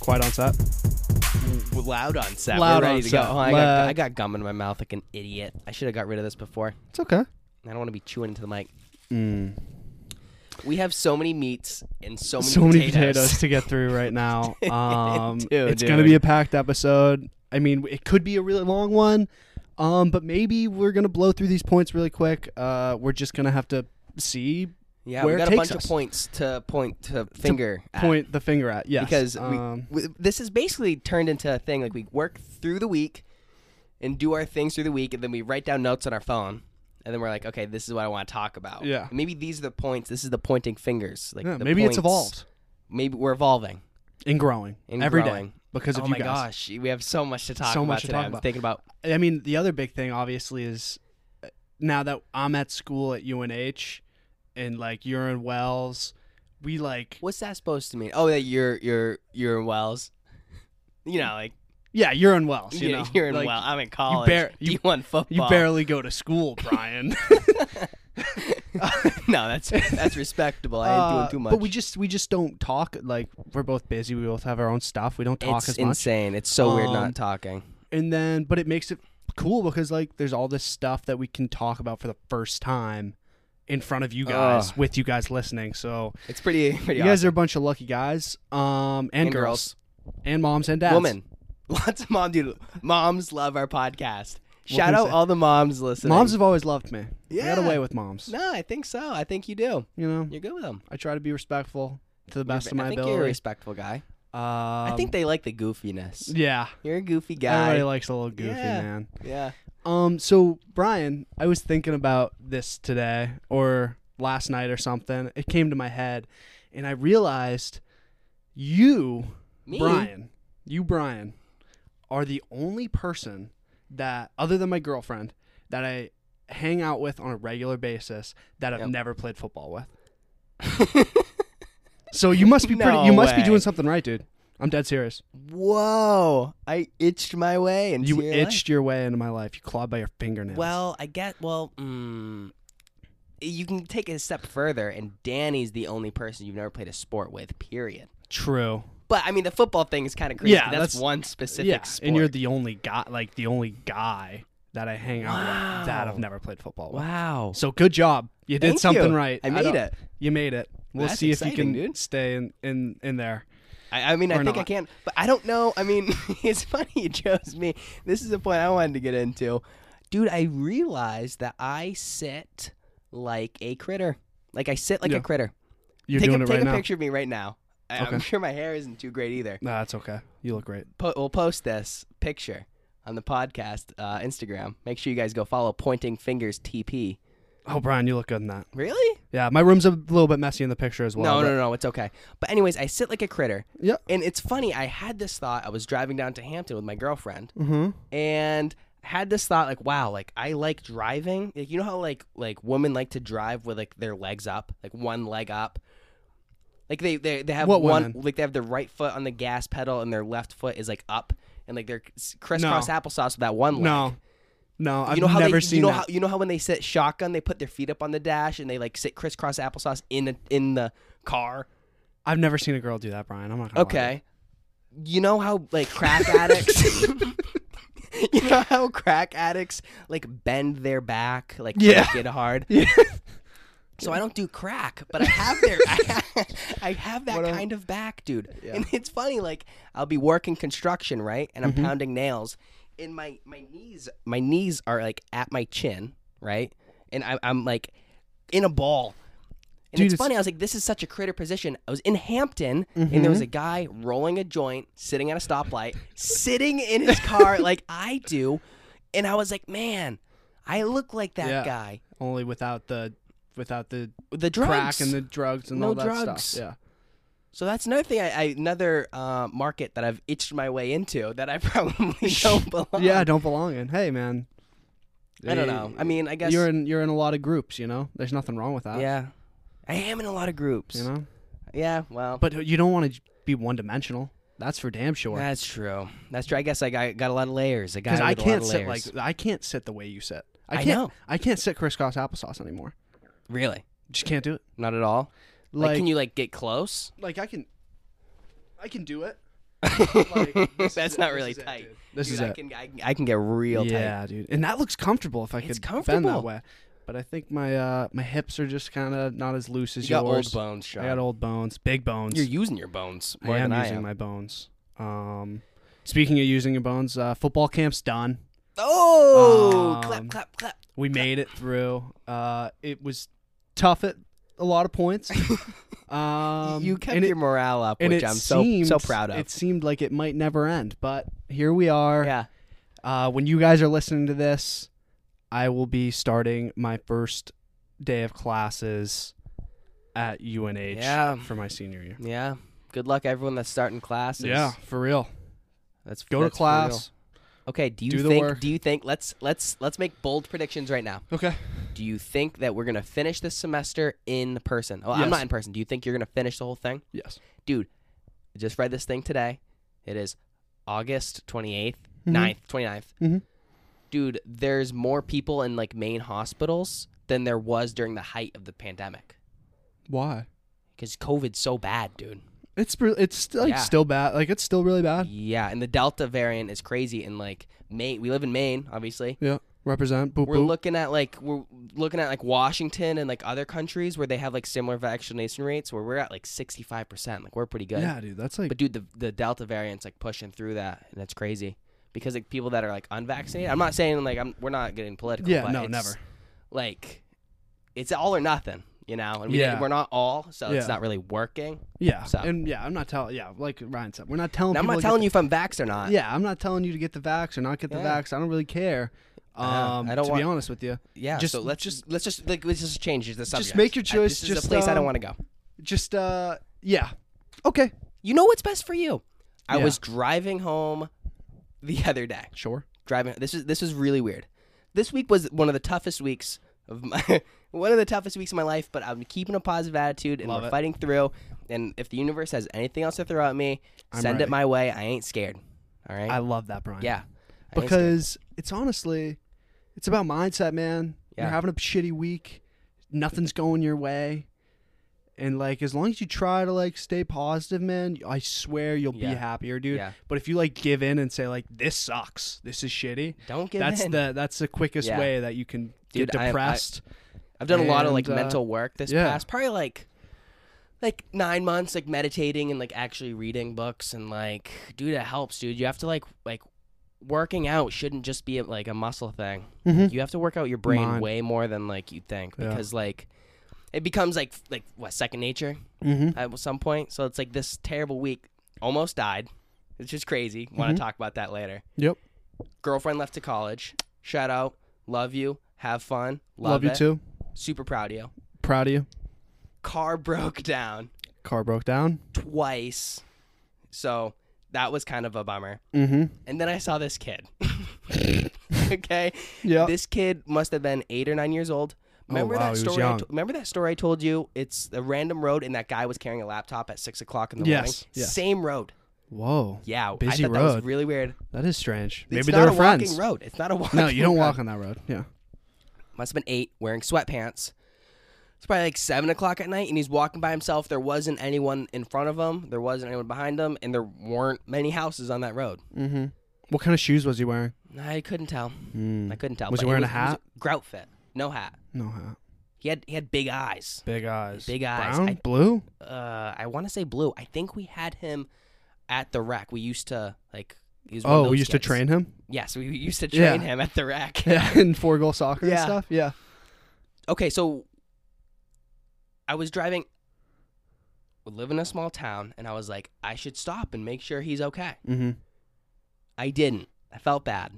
Quiet on set. Loud on set. Loud We're ready on to set. go. Oh, I, got, Loud. I got gum in my mouth like an idiot. I should have got rid of this before. It's okay. I don't want to be chewing into the mic. Mm. We have so many meats and so many so potatoes. many potatoes to get through right now. Um, Dude, it's gonna dude. be a packed episode. I mean, it could be a really long one, um, but maybe we're gonna blow through these points really quick. Uh, we're just gonna have to see yeah, where we it got a takes bunch of us. points to point to finger at. point the finger at. Yes, because um, we, w this is basically turned into a thing like we work through the week and do our things through the week and then we write down notes on our phone and then we're like okay this is what i want to talk about Yeah. And maybe these are the points this is the pointing fingers like yeah, the maybe it's points- evolved maybe we're evolving and growing and every day growing. because of oh you my guys. gosh we have so much to talk So about much to today talk i'm about. thinking about I mean, the other big thing obviously is uh, now that I'm at school at UNH and like you're in Wells, we like what's that supposed to mean oh that you're you're you're in wells you know like yeah, you're in Wells, you you know, you're in like, wells i'm in college bar- you, you- want You football barely go to school, Brian. no that's that's respectable i ain't doing Uh, too much But we just we just don't talk. Like we're both busy. We both have our own stuff. We don't talk it's as much. insane. It's so weird Um, not talking. And then, but it makes it cool because like there's all this stuff that we can talk about for the first time in front of you guys, Ugh. with you guys listening. So It's pretty pretty you guys are a bunch of lucky guys, um, and, And girls, girls. and moms and dads. women. Lots of mom dude moms love our podcast. Shout can out I say? all the moms listening. moms have always loved me. I got Yeah. away with moms. No, I think so. I think you do. You know, You're good with them. I try to be respectful to the best of You're- my I think ability. you're a respectful guy. I Um, think they like the goofiness. yeah. You're a goofy guy. Everybody likes a little goofy Yeah. man. yeah. Um, so Brian, I was thinking about this today or last night or something. It came to my head, and I realized you, Me? Brian, you Brian, are the only person that, other than my girlfriend, that I hang out with on a regular basis that I've Yep. never played football with. So you must be pretty. No you must be way. doing something right, dude. I'm dead serious. Whoa. I itched my way and You itched your way into my life. You clawed by your fingernails. Well, I get well, mm, you can take it a step further and Danny's the only person you've never played a sport with, period. true. But I mean, the football thing is kind of crazy. Yeah, that's, that's- one specific sport. and you're the only guy, like the only guy that I hang out with that I've Wow. never played football with. wow. So good job, you did Thank something you. right. I made don't- it. You made it. We'll That's see if you can exciting, dude. stay in in in there. I, I mean, I Or think I not. can, but I don't know. I mean, it's funny you chose me. This is the point I wanted to get into, dude. I realized that I sit like a critter. Like I sit like Yeah. a critter. You're take doing a, it take right a now. picture of me right now. I- I'm Okay. sure my hair isn't too great either. Nah, that's okay. You look great. Po- we'll post this picture on the podcast uh, Instagram. Make sure you guys go follow Pointing Fingers TP. Oh, Brian, you look good in that. Really? Yeah, my room's a little bit messy in the picture as well. no, but- no, no, it's okay. But anyways, I sit like a critter. Yeah. And it's funny, I had this thought. I was driving down to Hampton with my girlfriend Mhm. and had this thought like, wow, like I like driving. Like, you know how like like women like to drive with like their legs up, like one leg up. Like they they, they have What one women? like they have their right foot on the gas pedal and their left foot is like up and like they're s- crisscross applesauce with that one leg. No. No, I've You know how never they, seen you know that. how you know how when they sit shotgun, they put their feet up on the dash and they like sit crisscross applesauce in a, in the car. I've never seen a girl do that, Brian. I'm not gonna lie. Okay. You know how like crack addicts You know how crack addicts like bend their back like Yeah. get hard. Yeah. So I don't do crack, but I have their I, have that kind of back, dude. And it's funny like I'll be working construction, right? And I'm Mm-hmm. pounding nails and my my knees my knees are like at my chin, right? And I I'm like in a ball. And Dude, it's it's- funny. I was like, this is such a critter position. I was in Hampton, and Mm-hmm. there was a guy rolling a joint, sitting at a stoplight, sitting in his car like I do. And I was like, man, I look like that Yeah. guy. Only without the without the The drugs. crack and the drugs and No all that drugs. stuff. Yeah. so that's another thing, I, I another uh, market that I've itched my way into that I probably don't belong. yeah, don't belong in. Hey, man. I don't know. I mean, I guess. you're in you're in a lot of groups. You know, there's nothing wrong with that. yeah, I am in a lot of groups. You know, Yeah, well, but you don't want to be one dimensional. That's for damn sure. that's true. That's true. I guess I got, got a lot of layers. A guy Because I with a lot can't of sit like layers. I can't sit the way you sit. I I can't. know. I can't sit crisscross applesauce anymore. really Just can't do it. not at all. Like like can you like get close? Like I can. I can do it. Like, this is That's it, not this really is it, tight. dude. This Dude, is I it. can I, I can get real tight. yeah, dude. And that looks comfortable if I It's could bend comfortable. that way. But I think my uh, my hips are just kind of not as loose as You got yours. old bones, Sean. I got old bones, big bones. You're using your bones more I am than I using am. my bones. Um, speaking of using your bones, uh, football camp's done. oh, Um, clap, clap, clap. We made it through. Uh, it was tough at a lot of points. Um, you kept and it- your morale up, and which it I'm so so seemed- proud of. It seemed like it might never end, but here we are. yeah, Uh, when you guys are listening to this, I will be starting my first day of classes at UNH Yeah. for my senior year. yeah. Good luck, everyone that's starting classes. Yeah, for real. that's Go that's to for real. class. Okay, do you Do the think? work. Do you think? Let's let's let's make bold predictions right now. Okay. Do you think that we're gonna finish this semester in person? Oh, Yes. I'm not in person. Do you think you're gonna finish the whole thing? Yes. I just read this thing today. It is August 28th, Mhm. 9th, 29th. Mhm. Dude, there's more people in like main hospitals than there was during the height of the pandemic Why? because COVID's so bad, dude. It's re- it's st- like Yeah. still bad. Like it's still really bad. Yeah, and the Delta variant is crazy. And like Maine, we live in Maine, obviously. Yeah. Represent. Boop We're boop. looking at like we're looking at like Washington and like other countries where they have like similar vaccination rates, where we're at like 65 percent. Like we're pretty good. yeah, dude. That's like But dude, the the Delta variant's like pushing through that, and that's crazy. Because like people that are like unvaccinated, I'm not saying like I'm we're not getting political. Yeah, but no, it's, never. Like, it's all or nothing, you know. And we Yeah. we're not all, so Yeah. it's not really working. Yeah. So- And yeah, I'm not telling yeah, like Ryan said. We're not telling And I'm people not to get telling you if I'm vaxxed or not. Yeah, I'm not telling you to get the vax or not get the Yeah. vax. I don't really care. Yeah, Um, I don't to want- be honest with you, yeah. Just- so let's just let's just like let's just change the subject. make your choice, I, this is just, a place I um, don't want to go. just uh, yeah, okay, You know what's best for you? I Yeah. was driving home the other day. sure, driving. This is this is really weird. This week was one of the toughest weeks of my one of the toughest weeks of my life. But I'm keeping a positive attitude and Love we're it. fighting through. And if the universe has anything else to throw at me, I'm send it ready. my way. I ain't scared. All right. I love that, Brian. yeah. I ain't scared. because it's honestly, it's about mindset, man. Yeah. You're having a shitty week, nothing's going your way, and like as long as you try to like stay positive, man, I swear you'll Yeah. be happier, dude. Yeah. But if you like give in and say like this sucks, this is shitty, don't give that's in. the that's the quickest Yeah. way that you can Dude, get I- I- depressed. I've done a lot and, of like uh, mental work this yeah. past probably like like nine months, like meditating and like actually reading books and like dude, it helps, dude. You have to like like working out shouldn't just be like a muscle thing. Mhm. You have to work out your brain Mind. way more than like you think Yeah. because like it becomes like f- like what second nature mm-hmm. at some point. So it's like this terrible week almost died. It's just crazy. Want Mhm. to talk about that later. Yep. Girlfriend left to college. Shout out. Love you. Have fun. Love, Love, you it. too. Super proud of you Proud of you. car broke down Car broke down. twice. So that was kind of a bummer. Mm-hmm. And then I saw this kid. okay. Yeah. Oh, This kid must have been eight or nine years old. Remember wow, he that was story? I young. to- remember that story I told you? It's a random road, and that guy was carrying a laptop at six o'clock in the Yes, morning. yes. Same road. Whoa. Yeah. I Busy thought that was road. really weird. That is strange. Maybe it's they not were a friends. walking road. It's not a walking. No, you don't road. walk on that road. Yeah. must have been eight, wearing sweatpants. It's probably like seven o'clock at night, and he's walking by himself. There wasn't anyone in front of him, there wasn't anyone behind him, and there weren't many houses on that road. Mm-hmm. What kind of shoes was he wearing? I couldn't tell. I couldn't tell. Was but he it wearing a it was hat? grout fit, no hat. No hat. He had he had big eyes. Big eyes. Big eyes. Brown? I- Blue? Uh, I want to say blue. I think we had him at the rack. We used to like. He was one of Oh, we those used kids. to train him? Yes, we we used to Yeah. train him at the rack. Yeah. In four goal soccer and Yeah. stuff? Yeah. okay, so I was driving. We live in a small town, and I was like, I should stop and make sure he's okay. Mm-hmm. I didn't. I felt bad.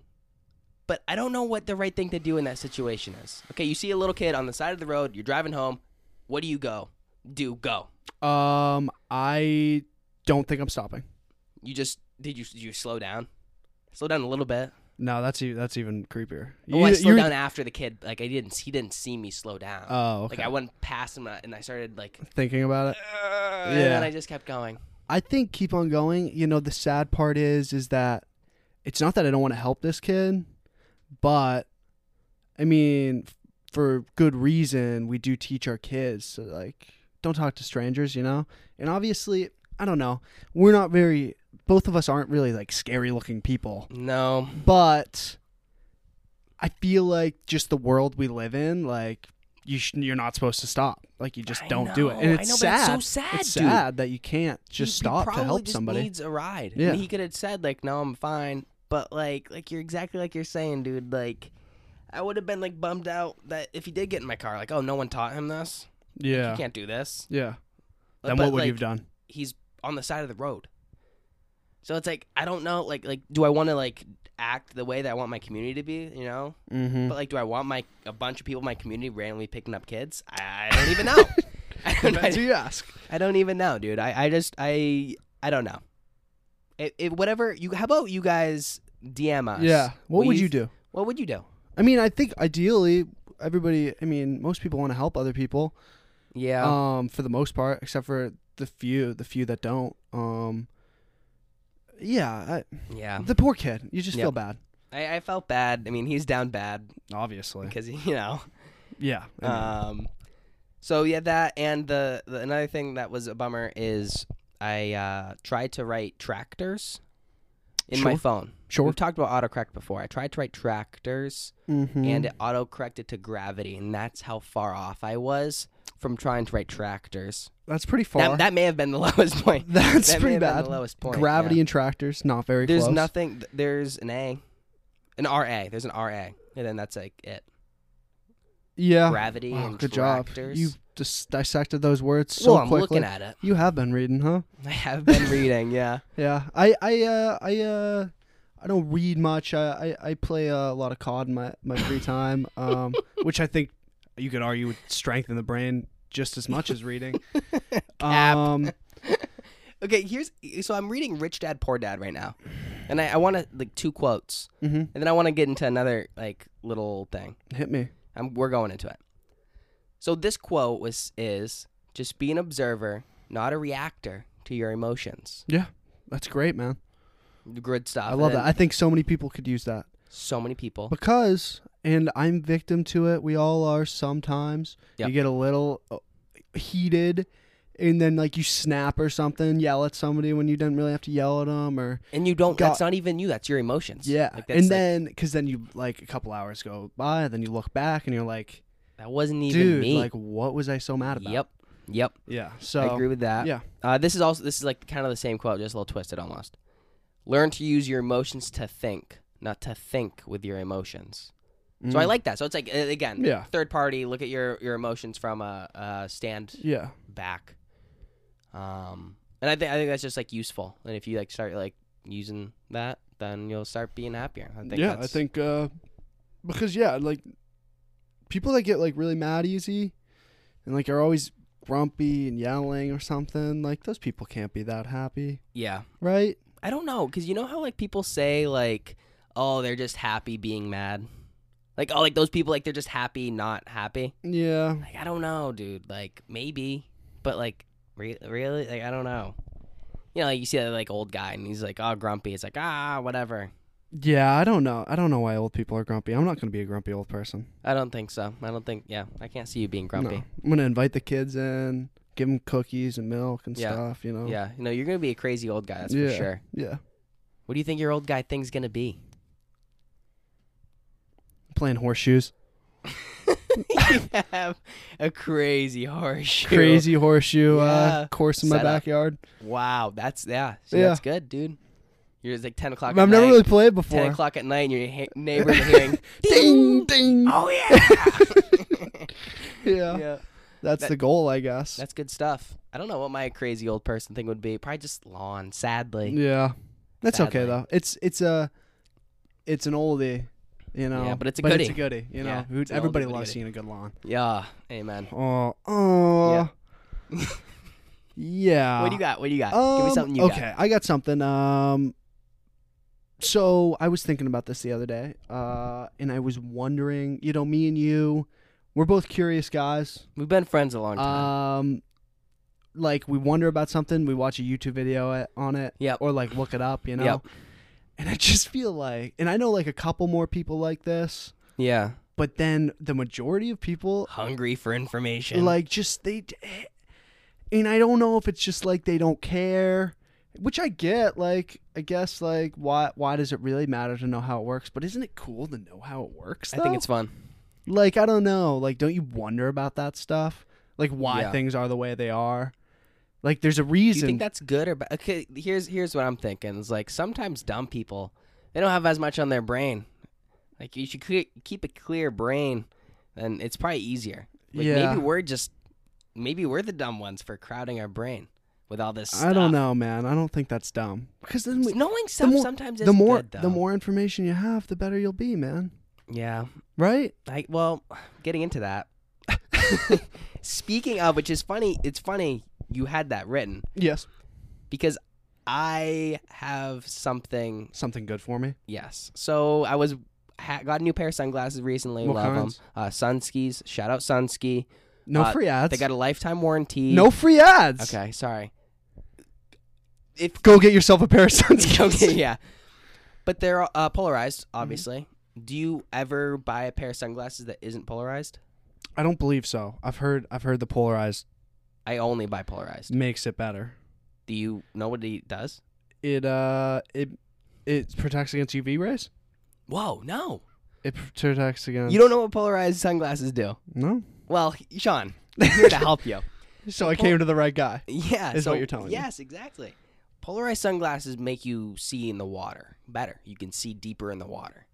But I don't know what the right thing to do in that situation is. Okay, you see a little kid on the side of the road, you're driving home. What do you go? Do go. Um, I don't think I'm stopping. You just did you did you slow down? Slow down a little bit. No, that's e- that's even creepier. Oh, I You- slowed you're- down after the kid. Like I didn't he didn't see me slow down. Oh, okay. Like I went past him uh, and I started like Thinking about it. and then Yeah. I just kept going. I think keep on going. You know, the sad part is is that it's not that I don't want to help this kid, but I mean, f- for good reason, we do teach our kids to like don't talk to strangers, you know? And obviously, I don't know. We're not very both of us aren't really like scary looking people, No. but I feel like just the world we live in, like you sh- you're not supposed to stop. Like you just I don't do it, know, and I it's know, but it's sad. so sad, It's dude. sad that you can't just He- he stop to probably help just somebody. Needs a ride. I Yeah. mean, he could have said like, "No, I'm fine," but like, like you're exactly like you're saying, dude. Like, I would have been like bummed out that if he did get in my car, like, oh, no one taught him this. yeah, He can't do this. yeah. Then But, what would like, you have done? He's on the side of the road. So it's like I don't know, like like do I want to like act the way that I want my community to be, you know? Mm-hmm. But like, do I want my a bunch of people in my community randomly picking up kids? I, I don't even know. I don't- I Depends who you ask. I don't even know, dude. I, I just I I don't know. It, it whatever you. How about you guys DM us? Yeah. What would you you do? What would you do? I mean, I think ideally everybody. I mean, most people want to help other people. Yeah. Um, for the most part, except for the few, the few that don't. Um. Yeah, yeah. I, the poor kid. You just Yeah. feel bad. I, I felt bad. I mean, he's down bad Obviously. because you know. Yeah. I mean, Um. So yeah, that and the, the another thing that was a bummer is I uh, tried to write tractors in my Sure. phone. sure. We've talked about autocorrect before. I tried to write tractors. Mm-hmm. and it auto corrected to gravity, and that's how far off I was from trying to write tractors. that's pretty far. That, that may have been the lowest point. That's that may pretty have been bad. the lowest point, Gravity yeah. and tractors, not very There's close. nothing. th- There's an A, an RA. There's an RA, and then that's like it. Yeah. Gravity Wow, and Ah, oh, good job. tractors. You just dissected those words so well, I'm quickly. looking at it. you have been reading, huh? I have been reading. Yeah. Yeah. I I uh, I uh, I don't read much. I I, I play uh, a lot of COD in my my free time, um, which I think you could argue would strengthen the brain just as much as reading. um, Okay. Here's so I'm reading Rich Dad Poor Dad right now, and I, I want to like two quotes, mhm. and then I want to get into another like little thing. Hit me. I'm, we're going into it. So this quote was is just be an observer, not a reactor to your emotions. Yeah. That's great, man. Good stuff. I And love then that. I think so many people could use that. So many people. because and i'm victim to it we all are sometimes Yep. you get a little uh, heated and then like you snap or something yell at somebody when you didn't really have to yell at them or And you don't. Got- that's not even you. That's your emotions. yeah Like, that's and like- then because then you like a couple hours go by then you look back and you're like that wasn't even dude me. like what was i so mad about yep. Yep. yeah so I agree with that. yeah Uh, this is also this is like kind of the same quote, just a little twisted almost. Learn to use your emotions to think, not to think with your emotions. So I Mm. like that. So it's like uh, again, Yeah. third party. Look at your your emotions from a, a stand yeah back. Um, and I think I think that's just like useful. And if you like start like using that, then you'll start being happier. I think. yeah that's, i think uh because yeah like people that get like really mad easy and like are always grumpy and yelling or something like those people can't be that happy Yeah, right I don't know, cause you know how like people say like, oh, they're just happy being mad. Like oh, like those people like they're just happy not happy. yeah Like I don't know, dude. Like maybe, but like re- really, like I don't know. You know, like you see that like old guy and he's like, oh, grumpy. It's like ah, whatever. yeah i don't know i don't know why old people are grumpy i'm not gonna be a grumpy old person I don't think so. I don't think. Yeah, I can't see you being grumpy. no. i'm gonna invite the kids in give them cookies and milk and Yeah. stuff you know Yeah, you know, you're gonna be a crazy old guy. That's Oh. Yeah. for sure. yeah What do you think your old guy thing's gonna be? playing horseshoes you have a crazy horseshoe. crazy horseshoe Yeah. uh course in my Set up. backyard Wow, that's yeah. See, Yeah. that's good, dude. You're it's like ten o'clock. i've at never night, really played ten before o'clock at night, and your ha- neighbor's hearing. ding ding Oh yeah. yeah, yeah, that's That- the goal i guess that's good stuff. I don't know what my crazy old person thing would be. Probably just lawn. Sadly, Yeah, that's okay Sadly. though. It's it's a it's an oldie, you know. but it's a It's a goodie, you know. Yeah, Who- it's an oldie, everybody but a loves goodie. seeing a good lawn. yeah. Amen. Oh, oh, Yeah. yeah. what do you got? What do you got? Um, Give me something you okay, I got something. Um, so I was thinking about this the other day, uh, and I was wondering, you know, me and you, we're both curious guys. got. We've been friends a long time. Um, like we wonder about something, we watch a YouTube video a- on it, Yep. or like look it up, you know. Yep. And I just feel like, and I know like a couple more people like this, yeah. but then the majority of people Hungry for information. eh, like just they, d- and I don't know if it's just like they don't care which I get. Like, I guess, like, why why does it really matter to know how it works? But isn't it cool to know how it works? I think though? it's fun. like I don't know. Like, don't you wonder about that stuff? Like, why Yeah. things are the way they are? Like, there's a Do you reason. think that's good or bad? Okay, here's here's what I'm thinking. It's like sometimes dumb people they don't have as much on their brain. Like you should clear, keep a clear brain, and it's probably easier. Like Yeah. maybe we're just maybe we're the dumb ones for crowding our brain with all this. I don't stuff. know, man. I don't think that's dumb. Because then we, Knowing stuff more- sometimes is the more good, though. the more information you have, the better you'll be, man. Yeah. Right? I well, getting into that. Speaking of, which is funny, it's funny you had that written Yes. because I have something Something good for me. Yes. So I was ha- got a new pair of sunglasses recently. What Love kinds? them. Uh, Sunskis. Shout out Sunski. No Uh, free ads. They got a lifetime warranty. no free ads. Okay. Sorry. If Go get yourself a pair of sunscreen. okay, yeah. But they're uh, polarized, Mm-hmm. obviously. Do you ever buy a pair of sunglasses that isn't polarized? I don't believe so. I've heard I've heard the polarized I only buy polarized. makes it better. Do you know what it does? It uh it it protects against UV rays. Whoa, no. It protects against You don't know what polarized sunglasses do. No. Well, Sean, I'm here to help you. So I pol- came to the right guy. Yeah, is so, what you're telling me. Yes, exactly. Polarized sunglasses make you see in the water better. You can see deeper in the water.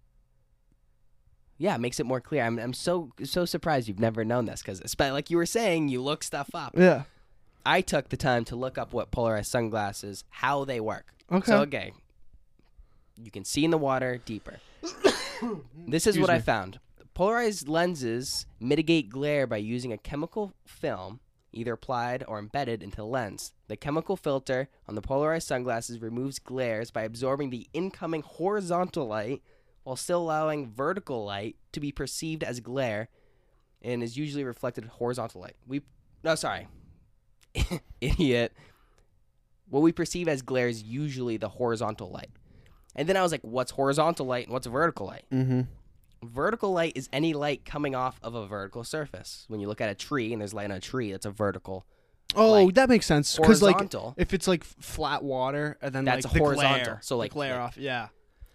Yeah, it makes it more clear. I'm, I'm so so surprised you've never known this because, like you were saying, you look stuff up. Yeah. I took the time to look up what polarized sunglasses, how they work. Okay. So okay, you can see in the water deeper. this is Mm, Excuse what I me. found. Polarized lenses mitigate glare by using a chemical film, either applied or embedded into the lens. The chemical filter on the polarized sunglasses removes glares by absorbing the incoming horizontal light while still allowing vertical light to be perceived as glare and is usually reflected in horizontal light. We no, sorry. Idiot. What we perceive as glare is usually the horizontal light. And then I was like, what's horizontal light and what's vertical light? Mm-hmm. Vertical light is any light coming off of a vertical surface. When you look at a tree and there's light on a tree, that's a vertical. Oh, Like, that makes sense. Because like Horizontal. if it's like f- flat water and then That's like the horizontal. glare, So, the like- glare like- off. Yeah.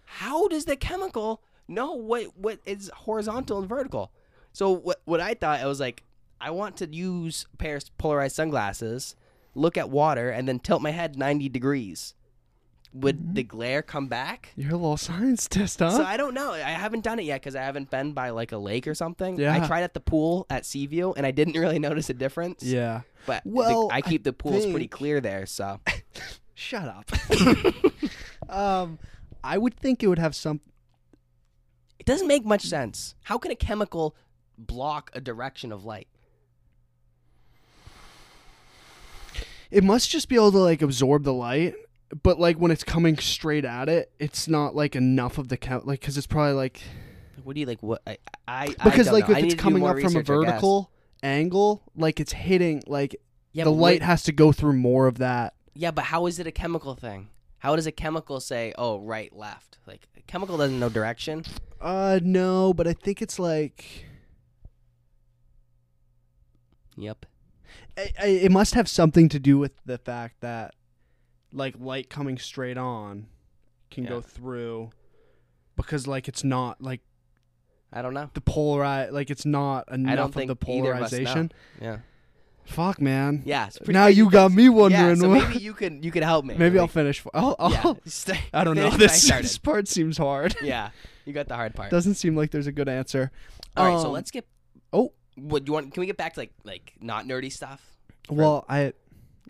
how does the chemical know what what is horizontal and vertical? So what what I thought I was like, I want to use a pair of polarized sunglasses, look at water, and then tilt my head ninety degrees. Would the glare come back? You're a little science test, Mm-hmm. huh? So I don't know. I haven't done it yet because I haven't been by like a lake or something. I Yeah. tried at the pool at Seaview and I didn't really notice a difference. yeah. But the- Well, I I keep the pools pretty think- clear there. So Shut up. um, I would think it would have some. it doesn't make much sense. How can a chemical block a direction of light? It must just be able to like absorb the light, but like when it's coming straight at it, it's not like enough of the count, like because it's probably like What do you like? What I I I because don't like know. I if need it's to do coming more up from a research, I guess. vertical angle, like it's hitting like yeah, the but light what- has to go through more of that. yeah, but how is it a chemical thing? How does a chemical say, oh, right, left? Like a chemical doesn't know direction. Uh, no, but I think it's like Yep. I, I, it must have something to do with the fact that like light coming straight on can Yeah. go through because like it's not like I don't know. the polarize like it's not enough I don't of think the either of us know. polarization. Yeah. Fuck man. Yeah. It's pretty now crazy, you but- got me wondering. Yeah, so what- maybe you could you could help me. maybe, I'll finish. For, I'll, I'll, yeah. Stay- I don't know. finish what I This, started. this part seems hard. yeah. You got the hard part. Doesn't seem like there's a good answer. All right. so Um, let's get. oh. What do you want? Can we get back to like like not nerdy stuff? Well, I,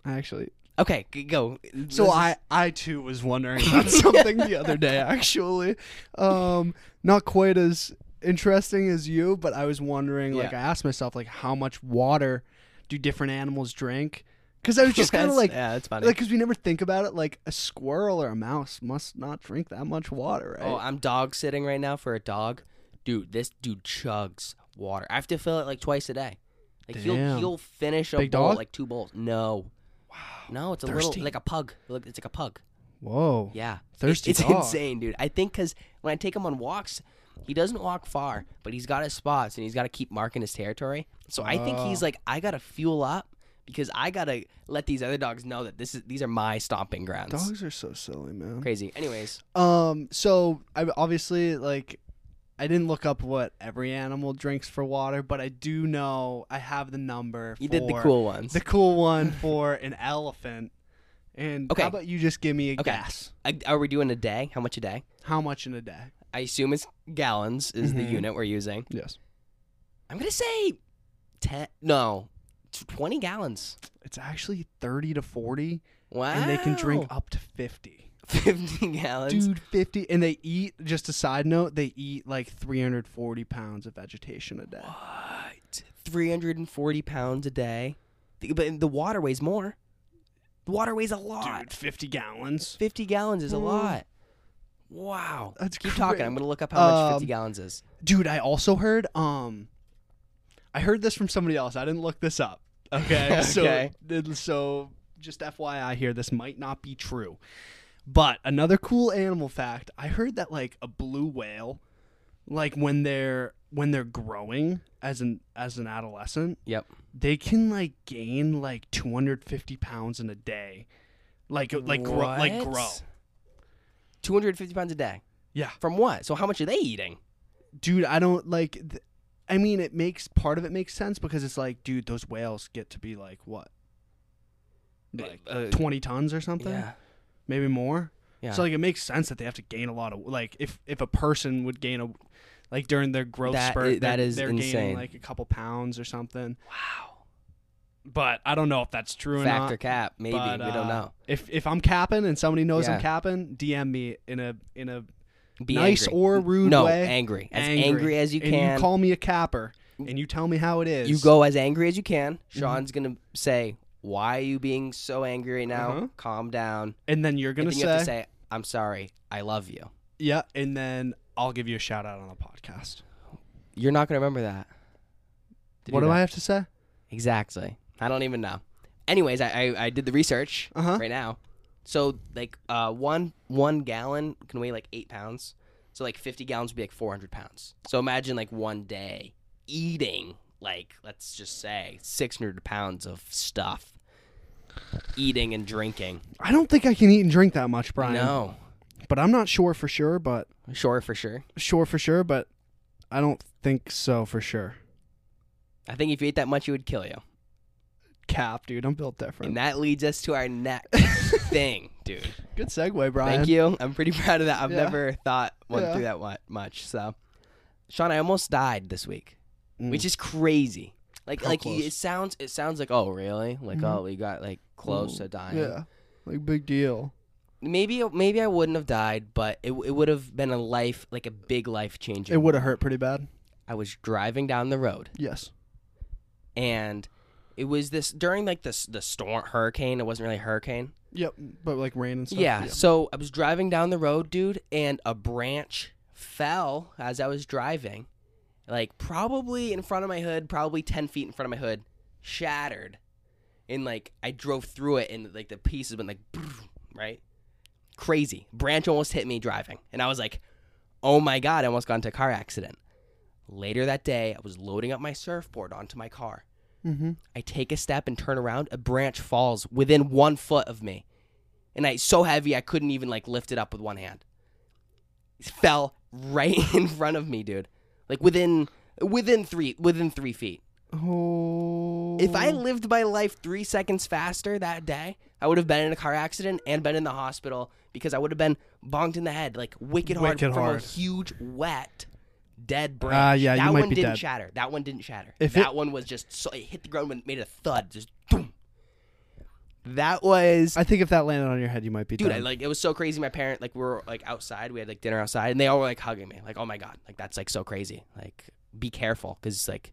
I actually. Okay. g- Go. So This is- I, I too was wondering about something the other day. Actually, um, not quite as interesting as you, but I was wondering. Like, Yeah. I asked myself, like, how much water do different animals drink? Because I was just kind of That's- like, yeah, that's funny. Like, because we never think about it. Like, a squirrel or a mouse must not drink that much water, right? Oh, I'm dog sitting right now for a dog. Dude, this dude chugs water. I have to fill it like twice a day. Like he'll Damn. he'll finish a Big bowl dog? like two bowls. No. Wow. No, it's a Thirsty. little like a pug. Look, it's like a pug. Whoa. Yeah. Thirsty It's, it's dog. insane, dude. I think because when I take him on walks, he doesn't walk far, Ah. but he's got his spots and he's got to keep marking his territory. So I think he's like, I gotta fuel up because I gotta let these other dogs know that this is these are my stomping grounds. Dogs are so silly, man. Crazy. Anyways, Um, so I obviously like I didn't look up what every animal drinks for water, but I do know I have the number. you for did the cool ones. the cool one for an elephant. And Okay. how about you just give me a Okay. guess? I, are we doing a day? How much a day? How much in a day? I assume it's gallons is the Mhm. unit we're using. Yes, I'm gonna say ten. No, t- twenty gallons. it's actually thirty to forty, Wow. and they can drink up to fifty. fifty gallons. Dude, fifty, and they eat. Just a side note, they eat like three hundred forty pounds of vegetation a day. What? Three hundred and forty pounds a day. The- But the water weighs more. The water weighs a lot. Dude, fifty gallons. 50 gallons is a Mm. lot. Wow. That's Keep talking. cra- I'm going to look up how much 50 Um, gallons is. Dude, I also heard um I heard this from somebody else. I didn't look this up. Okay. Okay. So so just FYI here, this might not be true. But another cool animal fact, I heard that like a blue whale like when they're when they're growing as an as an adolescent, Yep. they can like gain like 250 pounds in a day. Like like grow like What? grow. 250 pounds a day. Yeah. From what? So how much are they eating? dude, I don't like. Th- I mean, it makes part of it makes sense because it's like, dude, those whales get to be like what, like Uh, twenty tons or something, yeah. maybe more. Yeah. So like, it makes sense that they have to gain a lot of like if if a person would gain a like during their growth That spurt, i- that they're- is they're insane. gaining like a couple pounds or something. Wow. But I don't know if that's true or not. Factor cap. Maybe. but, we don't uh, know. If if I'm capping and somebody knows Yeah. I'm capping, DM me in a in a Be uh, nice angry. or rude no, way. angry. As angry, as you and can. You call me a capper and you tell me how it is. Mm-hmm. You go as angry as you can. Sean's going to say, Why are you being so angry right now? Uh-huh. Calm down. and then you're gonna and then say, you have to say, I'm sorry. I love you. yeah, and then I'll give you a shout out on the podcast. You're not going to remember that. what do I have to say? Exactly. I don't even know. Anyways, I, I, I did the research Uh huh. right now. So like uh one one gallon can weigh like eight pounds. So like fifty gallons would be like four hundred pounds. So imagine like one day eating like let's just say six hundred pounds of stuff. Eating and drinking. I don't think I can eat and drink that much, Brian. No. But I'm not sure for sure. But Sure for sure. sure for sure. But I don't think so for sure. I think if you ate that much you would kill you. Cap, dude. I'm built And different. that leads us to our next thing, dude. Good segue, Brian. Thank you. I'm pretty proud of that. I've Yeah. never thought went Yeah. through that mu- much. So, Sean, I almost died this week, Mm. which is crazy. Like, How like close? it sounds. It sounds like, oh, really? Like, Mhm. oh, we got like close to dying. Yeah. Like big deal. Maybe, maybe I wouldn't have died, but it, it would have been a life, like a big life changing. It would have hurt pretty bad. I was driving down the road, Yes. and it was this during like this the storm hurricane. It wasn't really a hurricane. Yep. But like rain and stuff. yeah, So I was driving down the road, dude, and a branch fell as I was driving, like probably in front of my hood, probably ten feet in front of my hood, shattered, and like I drove through it, and like the pieces went like, right, crazy. Branch almost hit me driving, and I was like, oh my god, I almost got into a car accident. Later that day, I was loading up my surfboard onto my car. Mm-hmm. I take a step and turn around. A branch falls within one foot of me, and I so heavy I couldn't even like lift it up with one hand. It fell right in front of me, dude. Like within within three within three feet. Oh. If I lived my life three seconds faster that day, I would have been in a car accident and been in the hospital because I would have been bonked in the head like wicked hard Wicked from hard. Ah, a huge wet. Dead branch. yeah, you that might one be didn't dead. shatter. That one didn't shatter. If that one was just so it hit the ground and made a thud. Just boom. That was I think if that landed on your head, you might be dude. done. I, like it was so crazy. My parent like we were like outside. We had like dinner outside, and they all were like hugging me. Like oh my god, like that's like so crazy. Like be careful because like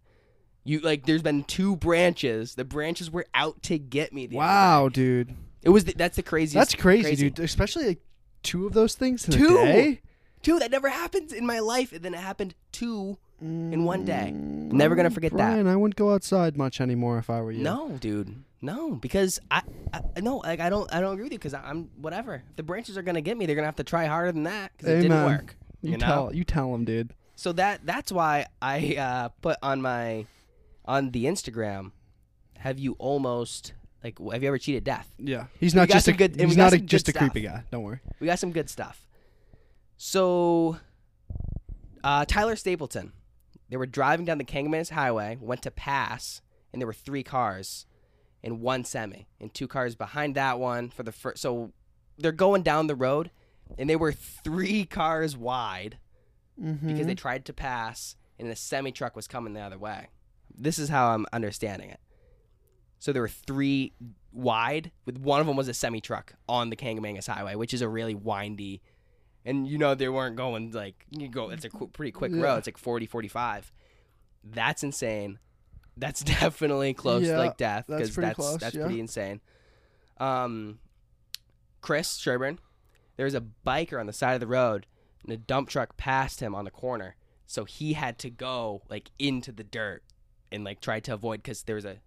you like there's been two branches. The branches were out to get me. the other day. wow, dude. it was the, that's the craziest. That's crazy, dude. Especially like two of those things in Two? a day. Dude, that never happens in my life, and then it happened two in one day. Mm, Never gonna forget that. Brian, I wouldn't go outside much anymore if I were you. No, dude, no, because I, I no, like I don't, I don't agree with you because I'm whatever. If the branches are gonna get me, they're gonna have to try harder than that because it didn't Amen. work. you, you know? tell you tell him, dude. So that that's why I uh, put on my on the Instagram. have you almost like w- have you ever cheated death? Yeah, he's not got just a some good- and we He's got not a, some good just a stuff. creepy guy. Don't worry. We got some good stuff. So, uh, Tyler Stapleton, they were driving down the Kangaman's Highway, went to pass, and there were three cars, and one semi, and two cars behind that one for the first. So, they're going down the road, and they were three cars wide because Mm-hmm. they tried to pass, and a semi truck was coming the other way. This is how I'm understanding it. So there were three wide, with one of them was a semi truck on the Kangamangas Highway, which is a really windy, and you know they weren't going like you go. It's a qu- pretty quick Yeah. road. It's like 40, 45. That's insane. That's definitely close Yeah, to like death that's because pretty that's close, that's yeah. pretty insane. Um, Chris Sherburn, there was a biker on the side of the road, and a dump truck passed him on the corner, so he had to go like into the dirt and like try to avoid because there was a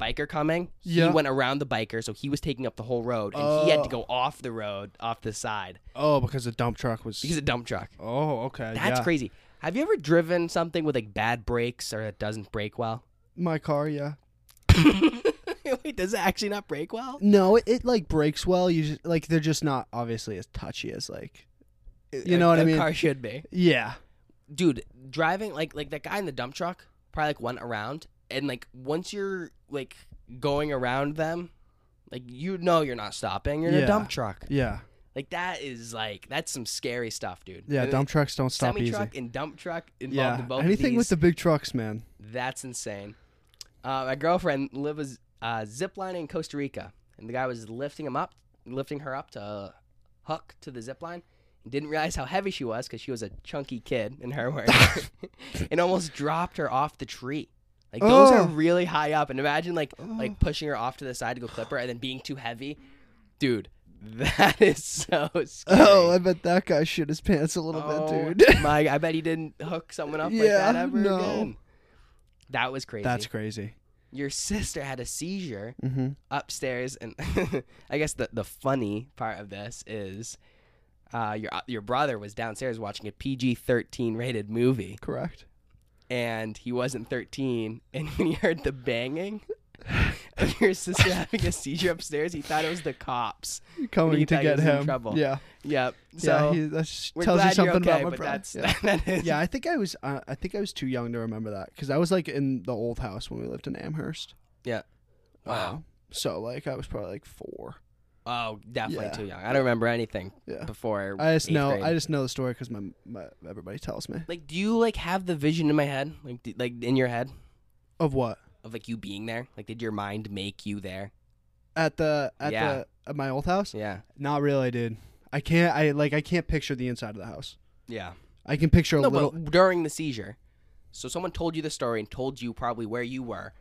biker coming. Yeah. He went around the biker, so he was taking up the whole road, and he had Oh. to go off the road, off the side Oh, because the dump truck was. because a dump truck. oh, okay. That's yeah. crazy. Have you ever driven something with like bad brakes or that doesn't brake well? My car, yeah. Wait, does it actually not brake well? No, it, it like breaks well. You just, like they're just not obviously as touchy as like, you know what I mean? Car should be. Yeah. dude driving like like that guy in the dump truck probably like went around and like once you're like going around them like you know you're not stopping you're in Yeah. a dump truck Yeah. like that is like that's some scary stuff dude Yeah. And Dump trucks don't stop semi easy. truck and dump truck involved yeah. Uh, in both Anything of with these, the big trucks, man. that's insane uh, my girlfriend lived was uh, ziplining in costa rica and the guy was lifting him up lifting her up to uh, hook to the zipline didn't realize how heavy she was because she was a chunky kid in her words and almost dropped her off the tree like those Oh. are really high up and imagine like like pushing her off to the side to go clip her and then being too heavy dude that is so scary Oh, I bet that guy shit his pants a little Oh, bit, dude. my i bet he didn't hook someone up like Yeah, that ever no. again that was crazy That's crazy. your sister had a seizure Mm-hmm. upstairs and i guess the, the funny part of this is uh, your your brother was downstairs watching a pg-13 rated movie Correct. and he wasn't 13 and when he heard the banging of your sister having a seizure upstairs he thought it was the cops Coming he to thought he get was in him. trouble. Yeah. yep yeah. so He, that sh- we're tells glad you something you're about okay my but brother. that's yeah. that is yeah. I think I was. Uh, I think I was too young to remember that because I was like in the old house when we lived in Amherst. Yeah. Wow. Um, so like I was probably like four. oh definitely Yeah. too young i don't remember anything Yeah. before I just eighth know. grade. I just know the story because my, my everybody tells me like do you like have the vision in my head like d like in your head of what of like you being there like did your mind make you there at the at Yeah. the at my old house. yeah Not really, dude. I can't. I like. I can't picture the inside of the house. yeah I can picture a no little. but during the seizure so someone told you the story and told you probably where you were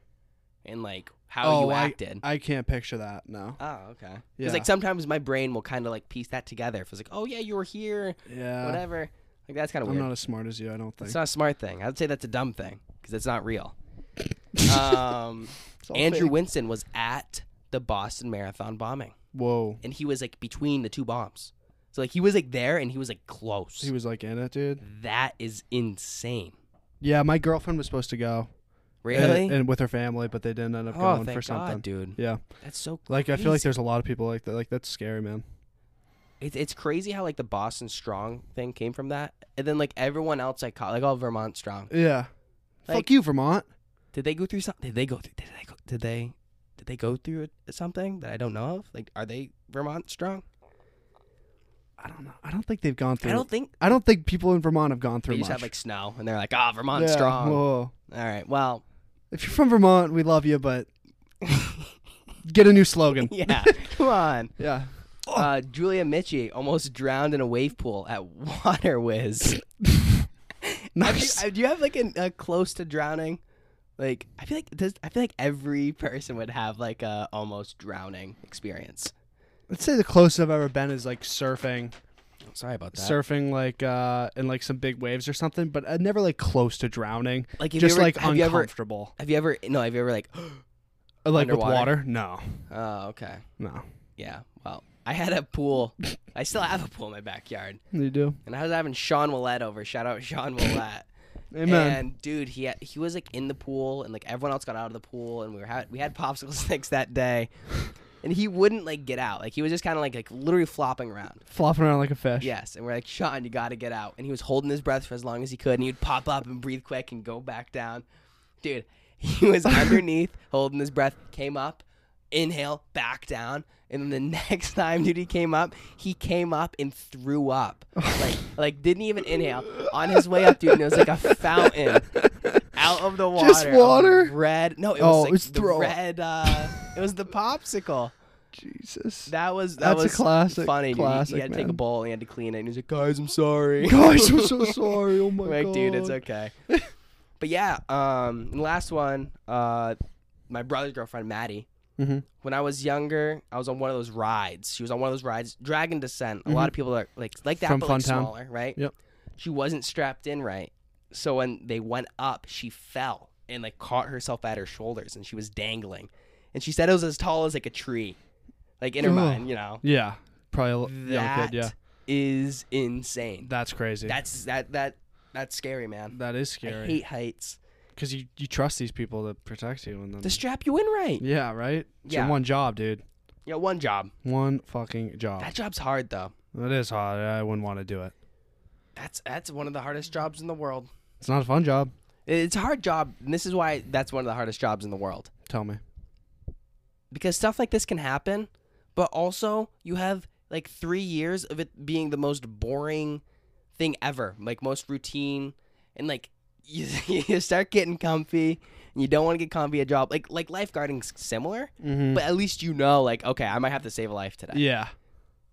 and like how Oh, you acted I can't picture that. No. Oh, okay. Yeah. Because like sometimes my brain will kind of like piece that together. If it's like, oh yeah, you were here, yeah. whatever. Like that's kind of Uh, I'm weird. not as smart as you. I don't think. it's not a smart thing. I'd say that's a dumb thing because it's not real. um, It's all Andrew fake. Winston was at the Boston Marathon bombing, Whoa. and he was like between the two bombs. So like he was like there, and he was like close. He was like in it, dude. that is insane. Yeah, my girlfriend was supposed to go, and- Really? and, with her family, but they didn't end up oh, going thank for something. God, dude. Yeah, That's so. like I feel like crazy. there's a lot of people like that. Like that's scary, man. It's it's crazy how like the Boston Strong thing came from that, and then like everyone else I caught, like all Vermont Strong. Yeah. Fuck Like- you, Vermont. Did they go through something? Did they go through? Did they go? Did they? Did they go through it- something that I don't know of? Like, are they Vermont strong? I don't know. I don't think they've gone through. I don't think I don't think people in Vermont have gone through they just much. have like snow, and they're like, ah, Vermont Yeah, strong. whoa. All right, well, If you're from Vermont, we love you, but get a new slogan. yeah, come on. yeah. Uh, Julia Mitchie almost drowned in a wave pool at Water Whiz. Have you, Nice. uh, do you have like an- a close to drowning? Like, I feel like does I feel like every person would have like a almost drowning experience. Let's say the closest I've ever been is like surfing, Oh, Sorry about that. surfing like uh in like some big waves or something, but uh, never like close to drowning. like, have you Just ever- like have you ever uncomfortable. Have you ever? No, have you ever like? Uh, like with Underwater? water? No, Oh, okay. no. Yeah. Well, I had a pool. I still have a pool in my backyard, You do. and I was having Sean Willette over. Shout out Sean Willette. Amen. And dude, he had, he was like in the pool, and like everyone else got out of the pool, and we were had we had popsicle sticks that day, and he wouldn't like get out. Like he was just kind of like like literally flopping around. Flopping around like a fish. Yes, and we're like, Sean, you got to get out. And he was holding his breath for as long as he could, and he would pop up and breathe quick and go back down. Dude, he was underneath, holding his breath, came up, inhale, back down, and then the next time, dude, he came up, he came up and threw up, like like didn't even inhale on his way up, dude. And it was like a fountain out of the water, Just of water? red. No, it was Oh, like it was the throw up. red. Uh, it was the popsicle. Jesus. That was that That's a was classic- Funny, dude. He- classic, He, had to take a man. bowl and he had to clean it. And he was like, "Guys, I'm sorry." Guys, I'm so sorry. Oh my like, god. dude, it's okay. but yeah, um, and last one, uh, my brother's girlfriend Maddie. Mm-hmm. When I was younger, I was on one of those rides. She was on one of those rides, Dragon Descent. A lot of people are like like that, Mm-hmm. From but like Funtown. smaller, right? Yep. She wasn't strapped in right, so when they went up, she fell and like caught herself at her shoulders, and she was dangling. And she said it was as tall as like a tree, like in her Ugh. mind, you know. Yeah, probably. a young That kid, yeah, is insane. that's crazy. That's that that that's scary, man. that is I scary hate heights. because you, you trust these people to protect you and then To strap you in right. You Mm-hmm. yeah right It's your Yeah. one job dude know, one job. one Oh. fucking job That job's hard though. that is hard I wouldn't want to do it That's that's one of the hardest jobs in the world. it's not a fun job It's a hard job, and this is why that's one of the hardest jobs in the world. tell me Because stuff like this can happen, but also you have like three years of it being the most boring thing ever, like most routine, and like you, you start getting comfy, and you don't want to get comfy at job. Like like lifeguarding's similar, mm-hmm. but at least you know, like okay, I might have to save a life today. yeah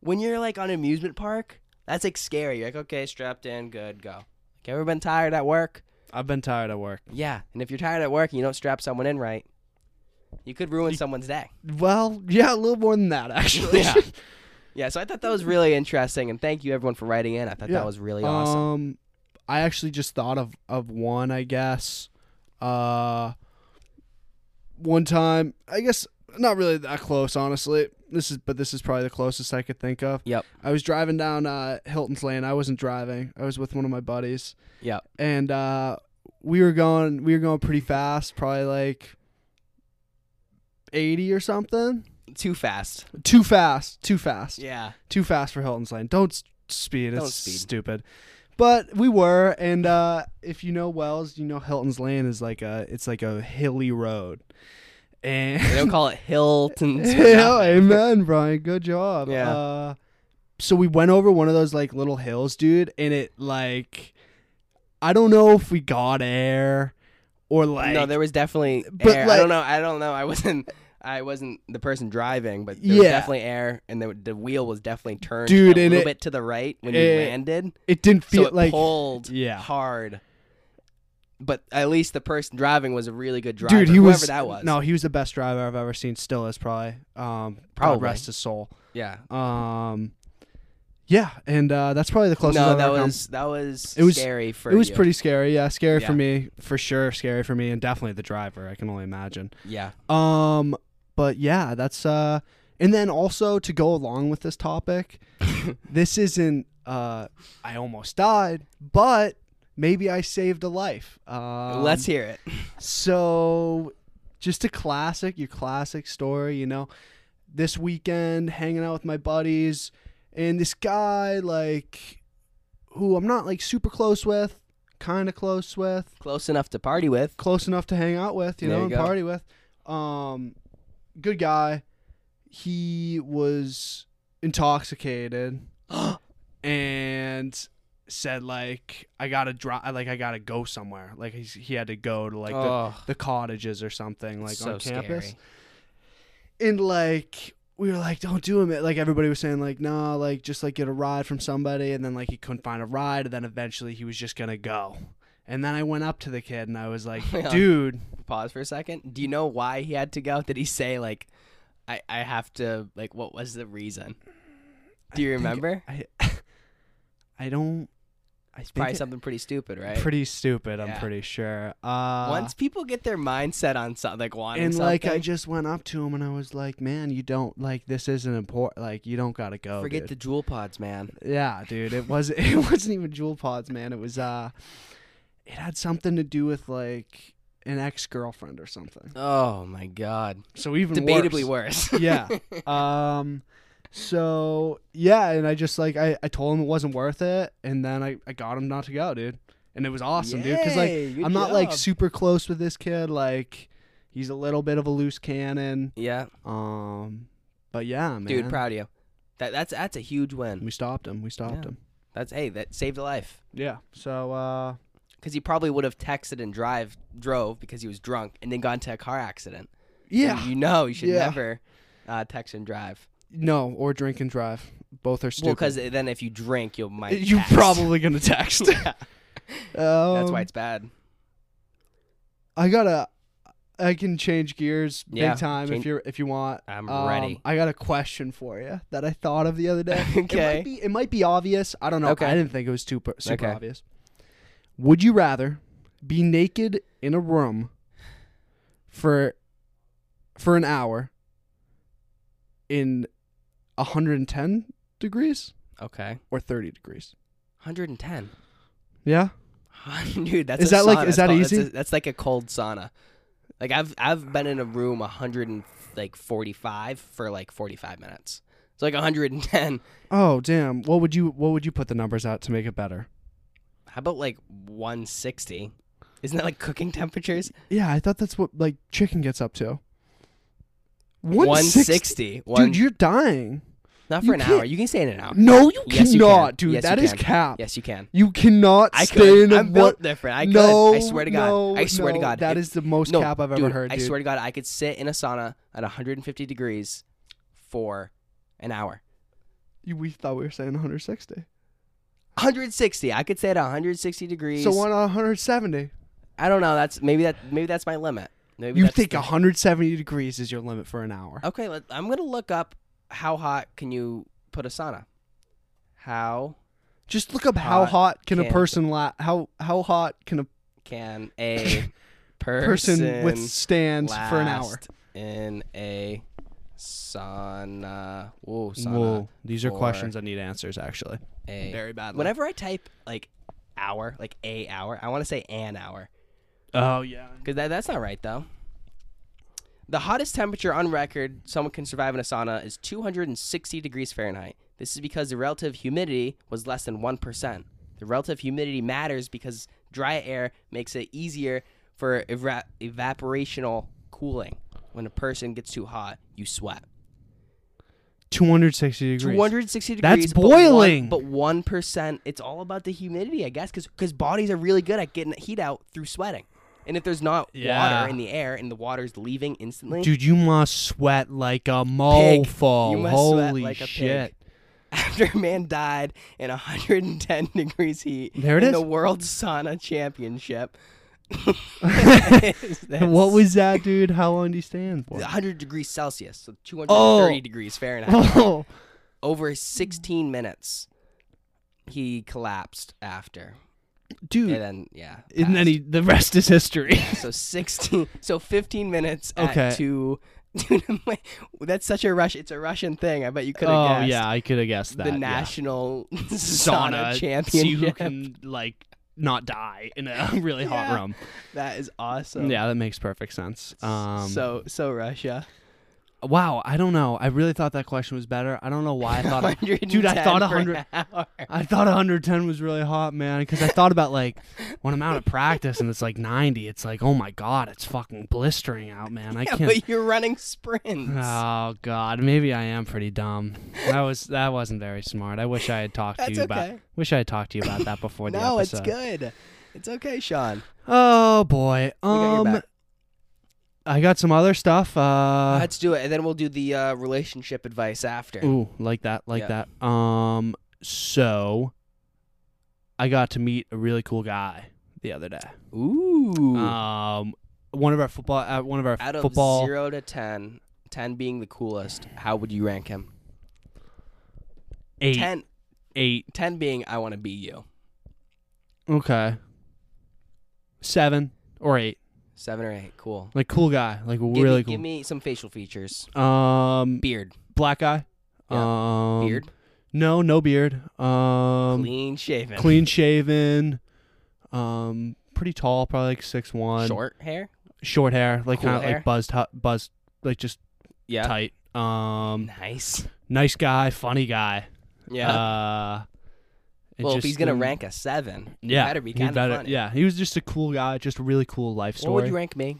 when you're like on an amusement park, that's like scary. You're like, okay, strapped in, good, go. Like, ever been tired at work? I've been tired of work Yeah. And if you're tired at work and you don't strap someone in right, you could ruin someone's day. well yeah a little more than that actually Yeah. Yeah. So I thought that was really interesting. And thank you everyone for writing in. I thought Yeah. that was really awesome. Um, I actually just thought of of one. I guess, uh, one time. I guess not really that close, honestly. This is, but this is probably the closest I could think of. Yep. I was driving down uh, Hilton's Lane. I wasn't driving. I was with one of my buddies, Yep. and uh, we were going. We were going pretty fast, probably like eighty or something. Too fast. Too fast. Too fast Yeah. too fast for Hilton's Lane. Don't s- speed. It's Don't speed. stupid. But we were, and uh, if you know Wells, you know Hilton's Lane is like a it's like a hilly road, and They don't call it Hilton's. for yeah, nothing. amen, Brian. Good job. Yeah. Uh, so we went over one of those like little hills, dude, and it like I don't know if we got air or like no, there was definitely But, air. I like- don't know. I don't know. I wasn't. I wasn't the person driving, but there was Yeah. definitely air, and the, the wheel was definitely turned Dude, a and little it- bit to the right when you it- landed. it didn't feel so it like pulled Yeah. hard. But at least the person driving was a really good driver. dude he whoever was that was. no he was the best driver I've ever seen. Still is probably um probably Probably. rest his soul. yeah, Um, yeah, and uh, that's probably the closest. no, I've that ever come. was that was It was- scary for It was you. pretty scary. Yeah, scary for Yeah. me for sure. Scary for me, and definitely the driver. I can only imagine. Yeah, Um, but yeah, that's uh, and then also to go along with this topic, this isn't uh, I almost died, but maybe I saved a life. Um, let's hear it. so, just a classic, your classic story, you know. This weekend, hanging out with my buddies, and this guy, like, who I'm not like super close with, kind of close with, Close enough to party with. close enough to hang out with, you There know, and you go. party with. Um, good guy. He was intoxicated and said like I gotta drive, like I gotta go somewhere. Like he's, he had to go to like the oh, the cottages or something uh, like so on campus. scary. And like we were like, don't do him. Like everybody was saying, like no, like just like get a ride from somebody. And then like he couldn't find a ride. And then eventually he was just gonna go. And then I went up to the kid and I was like, Yeah. dude, Pause for a second. Do you know why he had to go? Did he say like, I I have to like? What was the reason? Do you I think- remember? I, I don't. I think Probably it- something pretty stupid, right? pretty stupid. I'm Yeah. pretty sure. Uh, Once people get their mindset on something, like wanting and something, like I just went up to him and I was like, man, you don't like this isn't important. Like you don't gotta go. oh, forget dude. the jewel pods, man. Yeah, dude. It was it wasn't even jewel pods, man. It was uh it had something to do with like an ex girlfriend or something. Oh my god. So even Debatably worse. worse. yeah. Um. So yeah, and I just like I, I told him it wasn't worth it, and then I, I got him not to go, dude. And it was awesome, dude. Because like Yay, good I'm not like job. super close with this kid. Like he's a little bit of a loose cannon. Yeah, Um. But yeah, man. dude, proud of you. That that's that's a huge win. we stopped him. We stopped Yeah. him. That's hey, that saved a life. Yeah. So uh. Because he probably would have texted and drive drove because he was drunk and then got into a car accident. Yeah. And you know you should Yeah. never uh, text and drive. No, or drink and drive. Both are Well, stupid. because then if you drink, you might. you text. probably gonna text. Yeah. That's Um, why it's bad. I gotta. I can change gears big Yeah, time change- if you are if you want. I'm Um, ready. I got a question for you that I thought of the other day. It Okay. might be, it might be obvious. I don't know. Okay. I didn't think it was super super Okay. obvious. Would you rather be naked in a room for for an hour in 110 degrees Okay. or 30 degrees? 110. Yeah. Dude, that's Is a that, like- sauna. is That's that called- that's easy? a- That's, like a cold sauna. Like I've I've been in a room 100 and like 45 for like 45 minutes. It's like 110. Oh damn. What would you what would you put the numbers out to make it better? How about like 160? Isn't that like cooking temperatures? Yeah, I thought that's what like chicken gets up to. 160. 160. One, Dude, you're dying. not you for an can't- hour. You can stay in an hour. No, you Yes, you cannot, can. dude. Yes, That you is can. cap. Yes, you can. You cannot I stay could. in a I'm built what? different. I could. no, I swear to God. no, I swear to no, God. that If- is the most no, cap I've dude, ever heard. I Dude. swear to God, I could sit in a sauna at 150 degrees for an hour. You- we thought we were saying 160. 160. I could stay at 160 degrees. So why not 170? I don't know. That's maybe that maybe that's my limit. Maybe You that's think the- Oh. 170 degrees is your limit for an hour? Okay, let, I'm gonna look up how hot can you put a sauna. How Just look up how Hot hot can a can't- person la- how how hot can a can a person, person, withstand for an hour? last in a sauna? Whoa, sauna. Whoa, these are for- questions I need answers actually. A Very badly. Whenever I type like hour, like a hour, I want to say an hour. Oh yeah. Because that, that's not right, though. The hottest temperature on record someone can survive in a sauna is 260 degrees Fahrenheit. This is because the relative humidity was less than 1%. The relative humidity matters because dry air makes it easier for evra- evaporational cooling. When a person gets too hot, you sweat. 260 degrees. 260 That's degrees. but boiling. one- But one percent. It's all about the humidity, I guess, because bodies are really good at getting heat out through sweating. And if there's not Yeah. water in the air and the water's leaving instantly, Dude, you must sweat like a pig, mofo. you must Holy sweat like a shit. pig. After a man died in 110 degrees heat There it in is. the World Sauna Championship, What was that, dude? How long do you stay in for? 100 degrees Celsius, so 230 Oh. degrees Fahrenheit, oh, over 16 minutes. He collapsed after, dude. and then yeah, and then passed. he, the rest is history. So sixteen. So fifteen minutes at Okay. two. Dude, I'm like, that's such a rush. It's a Russian thing. I bet you could have oh guessed. yeah, I could have guessed that. the yeah. national sauna, sauna See who championship. can like not die in a really hot Yeah. room. That is awesome. yeah, that makes perfect sense. Um, so so Russia. wow, I don't know. I really thought that question was better. I don't know why I thought. 110 dude, I thought per 100 hour. I thought 110 was really hot, man, because I thought about like when I'm out of practice and it's like 90, it's like, oh my god, it's fucking blistering out, man. I Yeah, can't. but you're running sprints. Oh god, maybe I am pretty dumb. That was that wasn't very smart. I wish I had talked to That's you about. okay. Wish I had talked to you about that before the no, episode. it's good. It's okay, Sean. Oh boy. We got your Um, back. I got some other stuff. Uh, Let's do it, and then we'll do the uh, relationship advice after. ooh, like that, like Yeah. that. Um, so I got to meet a really cool guy the other day. Ooh. Um, one of our football, uh, one of our Out of football. zero to ten, ten being the coolest, how would you rank him? Eight, Ten, eight. ten being I want to be you. Okay. Seven or eight. Seven or eight, cool. Like cool guy. Like Give really me, cool. Give me some facial features. um, Beard, black guy. Um, beard, No, no beard. Um, clean shaven. clean shaven, um, pretty tall, probably like six one. Short hair. short hair, like Cool kind of hair. like buzzed, hu- buzzed, like just Yeah. tight. Um, Nice. nice guy, funny guy. Yeah. Uh, and well, if just, he's gonna um, rank a seven, he yeah, better be he kind better- of funny. Yeah, he was just a cool guy, just a really cool life What would story. you rank me?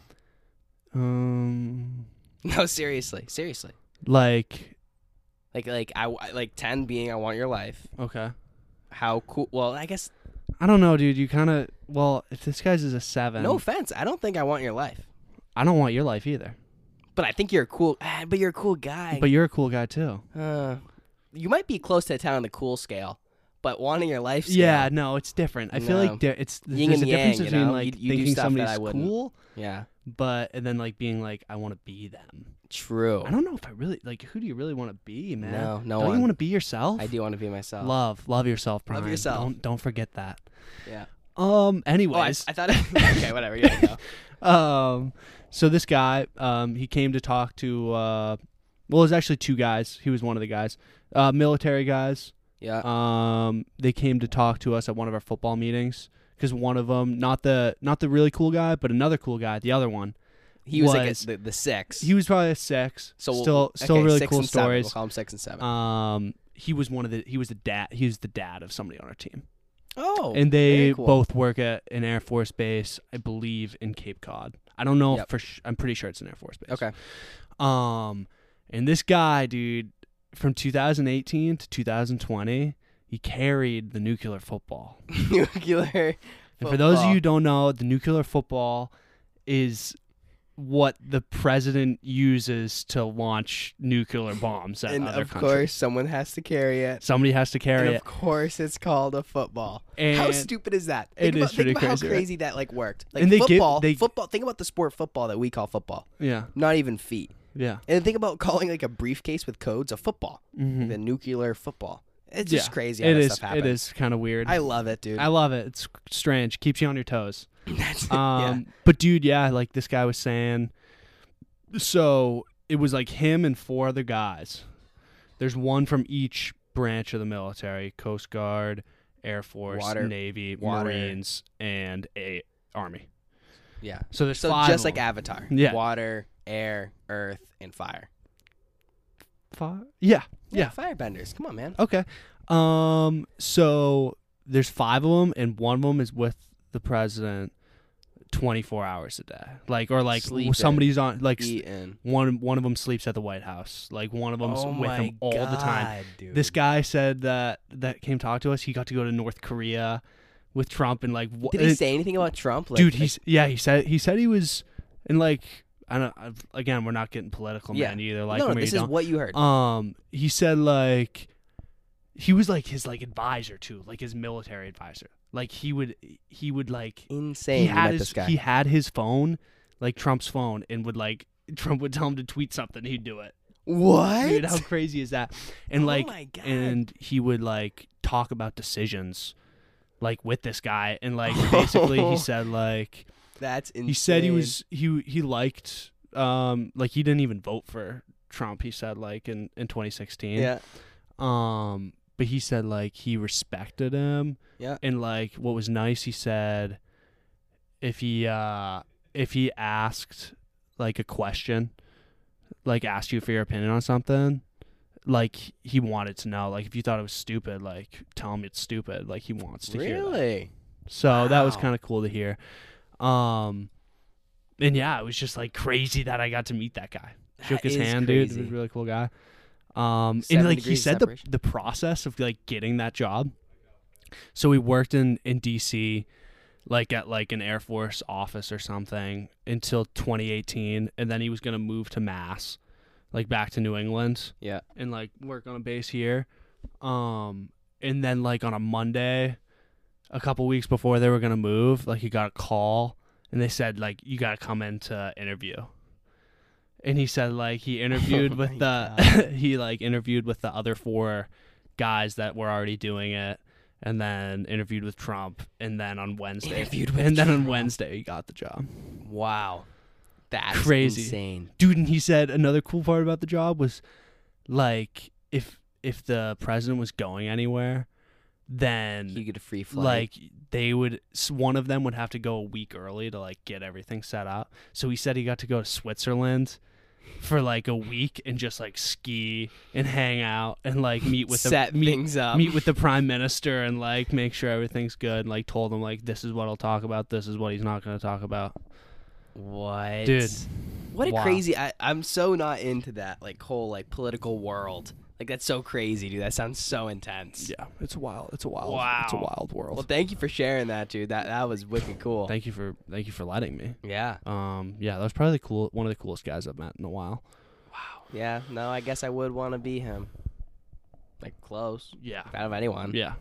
um, No, seriously, seriously. like Like, like I w- like ten being I want your life. okay, How cool? Well, I guess I don't know, dude. You kind of well, if this guy's is a seven, no offense. I don't think I want your life, I don't want your life either. but I think you're a cool. ah, But you're a cool guy. But you're a cool guy too. Uh, you might be close to the town on the cool scale, but wanting your life scale. Yeah, no, it's different. I feel No. like di- it's Yin there's and a difference yang, you between know? like You- you do thinking stuff that I somebody's wouldn't. cool, Yeah. but and then like being like I want to be them. True. I don't know if I really like who do you really want to be, man? No, no Don't one. you want to be yourself? I do want to be myself. Love, love yourself, Brian. Love yourself. Don't don't forget that. Yeah. Um. Oh, I, I Anyways, thought. okay, whatever. Yeah. no. um. So this guy, um, he came to talk to, uh, well, it was actually two guys. He was one of the guys, uh, military guys. Yeah. Um, they came to talk to us at one of our football meetings because one of them, not the not the really cool guy, but another cool guy, the other one. he was, like was- a, the, the six. He was probably a six. so we'll- still, still okay, really six cool and seven. stories. We'll call him six and seven. Um, he was one of the he was the dad he was the dad of somebody on our team, oh. and they very cool. both work at an Air Force base, I believe, in Cape Cod. I don't know Yep. for sh- I'm pretty sure it's an Air Force base. Okay. Um, and this guy, dude, from 2018 to 2020, he carried the nuclear football. Nuclear. And for those of football. you who don't know, the nuclear football is what the president uses to launch nuclear bombs at and other of countries. course, someone has to carry it. Somebody has to carry and it. of course, it's called a football. how And- stupid is that? It Think about, is think pretty about crazy, How right? crazy that like worked. Like And they give- football, they- football. Think about the sport football that we call football. Yeah, Not even feet. yeah. And think about calling like a briefcase with codes a football, the nuclear football. It's just Mm-hmm. Yeah, crazy how It that is. stuff happens. It is kind of weird. I I, love it, dude. love it. It's strange. Keeps you on your toes. That's, Um, But dude, yeah, like this guy was saying. So it was like him and four other guys. There's one from each branch of the military: Coast Guard, Air Force, Water- Navy, water. Marines, and a Army. yeah, yeah. So there's So five. just of like them. Avatar, Yeah. water, air, earth, and fire. five. Yeah. Yeah. firebenders. Come on, man. Okay. Um. So there's five of them, and one of them is with the president, 24 hours a day. Like, or like Sleeping. somebody's on. Like s- Eaten. one one of them sleeps at the White House. Like one of them's oh with my him all the time. God, Dude. This guy said that that came talk to us. He got to go to North Korea with Trump, and like what, Did he say anything about Trump? Like, uh, dude, he's yeah. He said he said he was, and like I don't. I've, again, we're not getting political, Yeah. man. Either like like, no, no, we this don't is what you heard. um he said like he was like his like advisor too like his military advisor like he would he would like Insane. he You had met this his guy. he had his phone like trump's phone and would like trump would tell him to tweet something he'd do it what? dude how crazy is that and Oh like my God. and he would like talk about decisions like with this guy and like basically he said like That's insane. he said he was he he liked um like he didn't even vote for Trump. He said like in in 2016. Yeah. Um, but he said like he respected him. Yeah. And like what was nice, he said if he uh if he asked like a question, like asked you for your opinion on something. Like he wanted to know, like if you thought it was stupid, like tell him it's stupid. Like he wants to hear. that. Really? So that was Wow. kind of cool to hear. Um, and yeah, it was just like crazy that I got to meet that guy. Shook That his is hand, dude. He was crazy. a really cool guy. Um, and Seven like he degrees of said, the, separation. the process of like getting that job. So we worked in in DC, like at like an Air Force office or something until 2018, and then he was gonna move to Mass, like back to New England Yeah. and like work on a base here. Um and then like on a Monday, a couple weeks before they were gonna move, like he got a call and they said like you gotta come in to interview. And he said like he interviewed Oh with my the he like interviewed with the other four guys that were already doing it and then interviewed with Trump and then on Wednesday Interviewed with and then on Trump. Wednesday he got the job. Wow. That's Crazy. insane. dude and he said another cool part about the job was like if if the president was going anywhere then You get a free flight. like they would s- one of them would have to go a week early to like get everything set up so he said he got to go to switzerland for like a week and just like ski and hang out and like meet with set the meet, things up. meet with the prime minister and like make sure everything's good and like told him like this is what i'll talk about this is what he's not going to talk about What, Dude. What a Wow. crazy! I, I'm so not into that like whole like political world. Like that's so crazy, dude. That sounds so intense. Yeah, it's wild. It's a wild. It's a Wow. wild world. Well, thank you for sharing that, dude. That that was wicked cool. thank you for thank you for letting me yeah, um yeah that was probably the cool one of the coolest guys i've met in a while yeah. No, I guess I would want to be him. Like close yeah out of anyone. yeah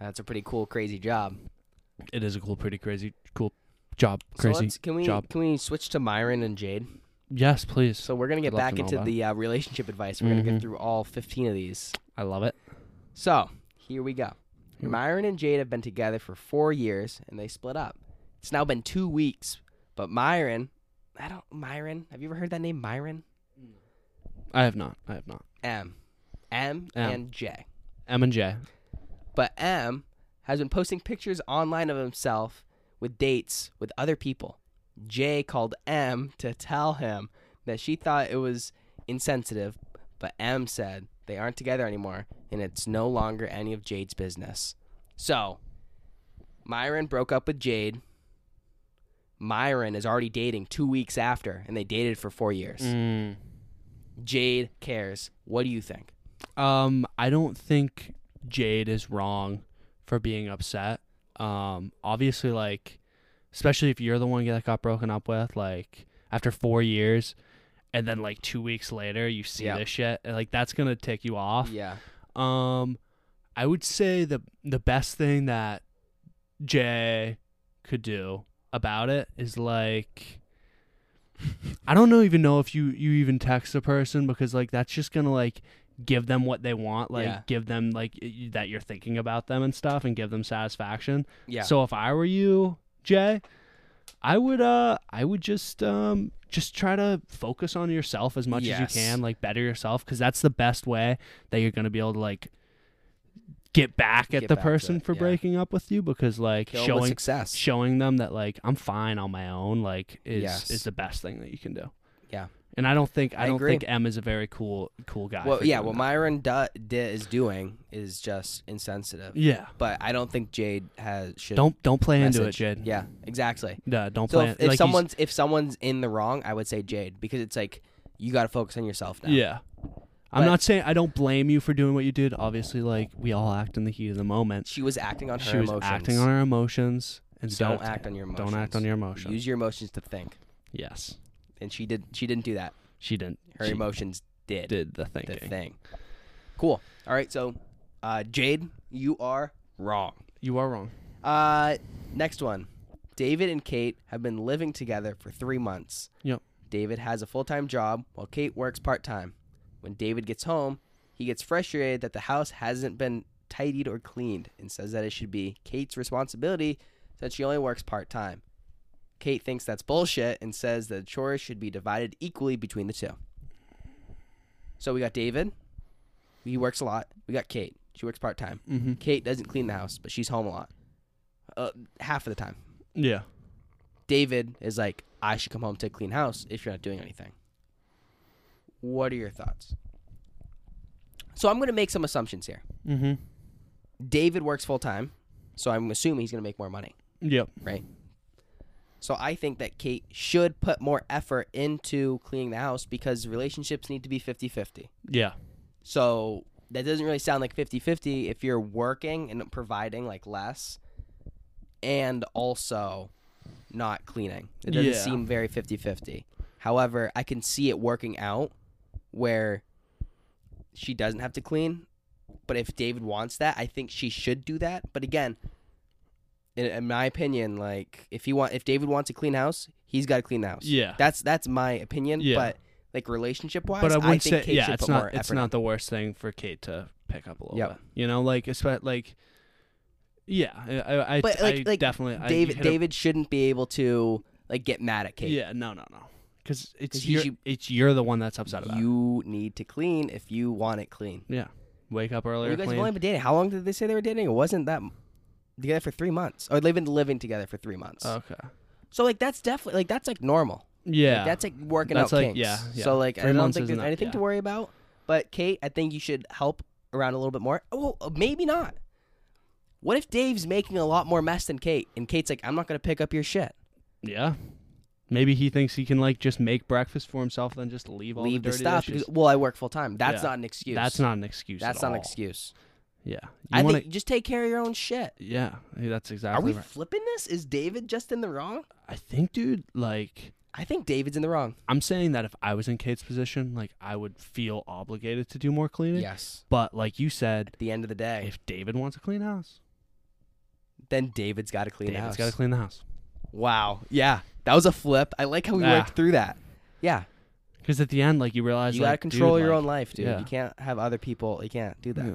That's a pretty cool, crazy job. it is a cool pretty crazy cool job So crazy let's- can we job. can we switch to Myron and Jade? yes please So we're gonna get I'd love back to know into about the uh, relationship advice. We're gonna get Mhm. through all 15 of these. I love it. So here we go. Here we- Myron and Jade have been together for four years, and they split up. It's now been two weeks, but Myron, I don't Myron. Have you ever heard that name, Myron? I have not. I have not. M, M, M. and J. M and J. But M has been posting pictures online of himself with dates with other people. J called M to tell him that she thought it was insensitive, but M said they aren't together anymore and it's no longer any of Jade's business. So, Myron broke up with Jade. Myron is already dating two weeks after, and they dated for four years. Mm. Jade cares. What do you think? Um, I don't think Jade is wrong for being upset. Um, obviously, like, especially if you're the one that got broken up with, like, after four years, and then like two weeks later, you see Yeah. this shit, and, like that's gonna tick you off. Yeah. Um, I would say the the best thing that Jay could do about it is like, I don't know even know if you you even text a person because like that's just gonna like give them what they want, like Yeah. give them like y- that you're thinking about them and stuff, and give them satisfaction. Yeah. So if I were you, Jay, I would uh I would just um just try to focus on yourself as much Yes. as you can, like better yourself cuz that's the best way that you're going to be able to like get back at Get the back to person it, for yeah. breaking up with you because like Kill 'em with showing success. showing them that like I'm fine on my own like is Yes. is the best thing that you can do. Yeah. And I don't think I, I don't agree. think M is a very cool cool guy. Well, for yeah, doing what that. Myron du- di- is doing is just insensitive. Yeah. But I don't think Jade has should Don't don't play into it, message- Jed. Yeah, exactly. No, don't So play if, it- if like, he's- someone's if someone's in the wrong, I would say Jade because it's like you got to focus on yourself now. Yeah. I'm But- not saying I don't blame you for doing what you did. Obviously, like we all act in the heat of the moment. She was acting on her She was emotions. acting on her emotions and Don't act on your Don't act on your emotions. Use your emotions to think, yes, and she did. She didn't do that. she didn't. Her she emotions did, did the the thinking. thing. Cool. All right. So, uh, Jade, you are wrong. You are wrong. Uh, next one. David and Kate have been living together for three months. Yep. David has a full time job while Kate works part time. When David gets home, he gets frustrated that the house hasn't been tidied or cleaned and says that it should be Kate's responsibility since she only works part time. Kate thinks that's bullshit and says that chores should be divided equally between the two. So we got David. He works a lot. We got Kate. She works part time. Mm-hmm. Kate doesn't clean the house, but she's home a lot. Uh, half of the time. Yeah. David is like, I should come home to a clean house if you're not doing anything. What are your thoughts? So I'm going to make some assumptions here. Mm-hmm. David works full time, so I'm assuming he's going to make more money. Yep. So I think that Kate should put more effort into cleaning the house because relationships need to be 50 50. Yeah. So that doesn't really sound like 50 50 if you're working and providing like less and also not cleaning. It doesn't Yeah. seem very 50 50. However, I can see it working out where she doesn't have to clean. But if David wants that, I think she should do that. But again, in, in my opinion, like if he want if David wants a clean house, he's got to clean the house. Yeah. That's that's my opinion. Yeah. But like relationship wise, but I wouldn't think say Kate yeah. should It's put more not it's effort not the worst thing for Kate to pick up a little Yep. bit. You know, like especially like. Yeah, I, I, I- But, I like- like, definitely I David hit a- David shouldn't be able to like get mad at Kate. Yeah, no, no, no, because it's 'Cause he you're, should- it's you're the one that's upset about. it. You need to clean if you want it clean. Yeah, wake up earlier. you guys have clean. only been dating. How long did they say they were dating? It wasn't that m- together for three months, or they've been living together for three months. okay. so like that's definitely like that's like normal. Yeah. Like, that's like working That's out like- kinks. yeah, yeah. So like Three I don't months think isn't there's that- anything to yeah. worry about. But Kate, I think you should help around a little bit more. Oh, well, maybe not. What if Dave's making a lot more mess than Kate, and Kate's like, "I'm not gonna pick up your shit. yeah. Maybe he thinks he can like just make breakfast for himself, then just leave all Leave the the dirty stuff." dishes. Because, well, I work full time. That's Yeah. not an excuse. That's not an excuse. That's at not an all. excuse. Yeah. You I wanna- think just take care of your own shit. Yeah, hey, that's Are exactly we right. flipping this? Is David just in the wrong? I think, dude, like I think David's in the wrong. I'm saying that if I was in Kate's position, like I would feel obligated to do more cleaning. Yes. But like you said, At the end of the day, if David wants a clean house, then David's got to clean David's house. got to clean the house. Wow. Yeah. That was a flip. I like how we Ah. worked through that. Yeah. Because at the end, like you realize, You like, got to control dude, your like- own life, dude. yeah. You can't have other people. You can't do that. Yeah.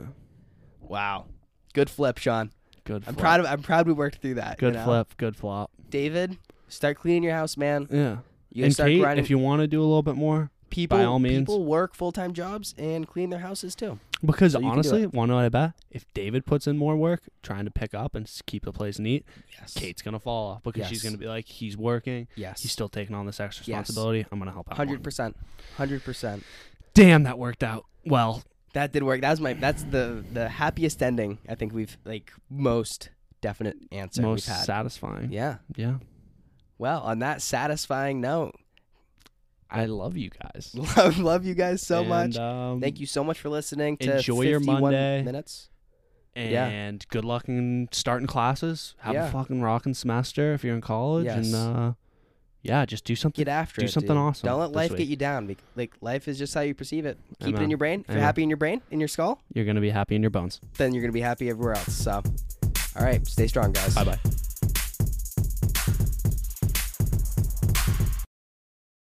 Wow. Good flip, Sean. Good. I'm flop. proud of I'm proud we worked through that. you Good know? flip. Good flop. David, start cleaning your house, man. Yeah. You gotta and start Kate, grinding. if you want to do a little bit more, people by all means. people work full-time jobs and clean their houses too. because So you can do honestly, want to know what I bet? If David puts in more work trying to pick up and s- keep the place neat, Yes. Kate's gonna fall off because she's Yes. gonna be like, he's working, Yes. he's still taking on this extra responsibility. I'm gonna help out. more." 100%. 100%. Damn, that worked out well. That did work. That was my. That's the the happiest ending. I think we've like most definite answer most we've had. satisfying. Yeah. yeah. Well, on that satisfying note, I love you guys love love you guys so And, much. Um, Thank you so much for listening. To enjoy your 51 Monday. Minutes. And Yeah. good luck in starting classes. Have Yeah. a fucking rocking semester if you're in college. Yes. And uh, yeah, just do something. Get after do it. something dude. awesome Don't let this life get week. you down. Bec- Like life is just how you perceive it. Keep it in Amen. your brain. If you're Amen. happy in your brain, in your skull, You're gonna be happy in your bones. then you're gonna be happy everywhere else. So, all right, stay strong, guys. Bye bye.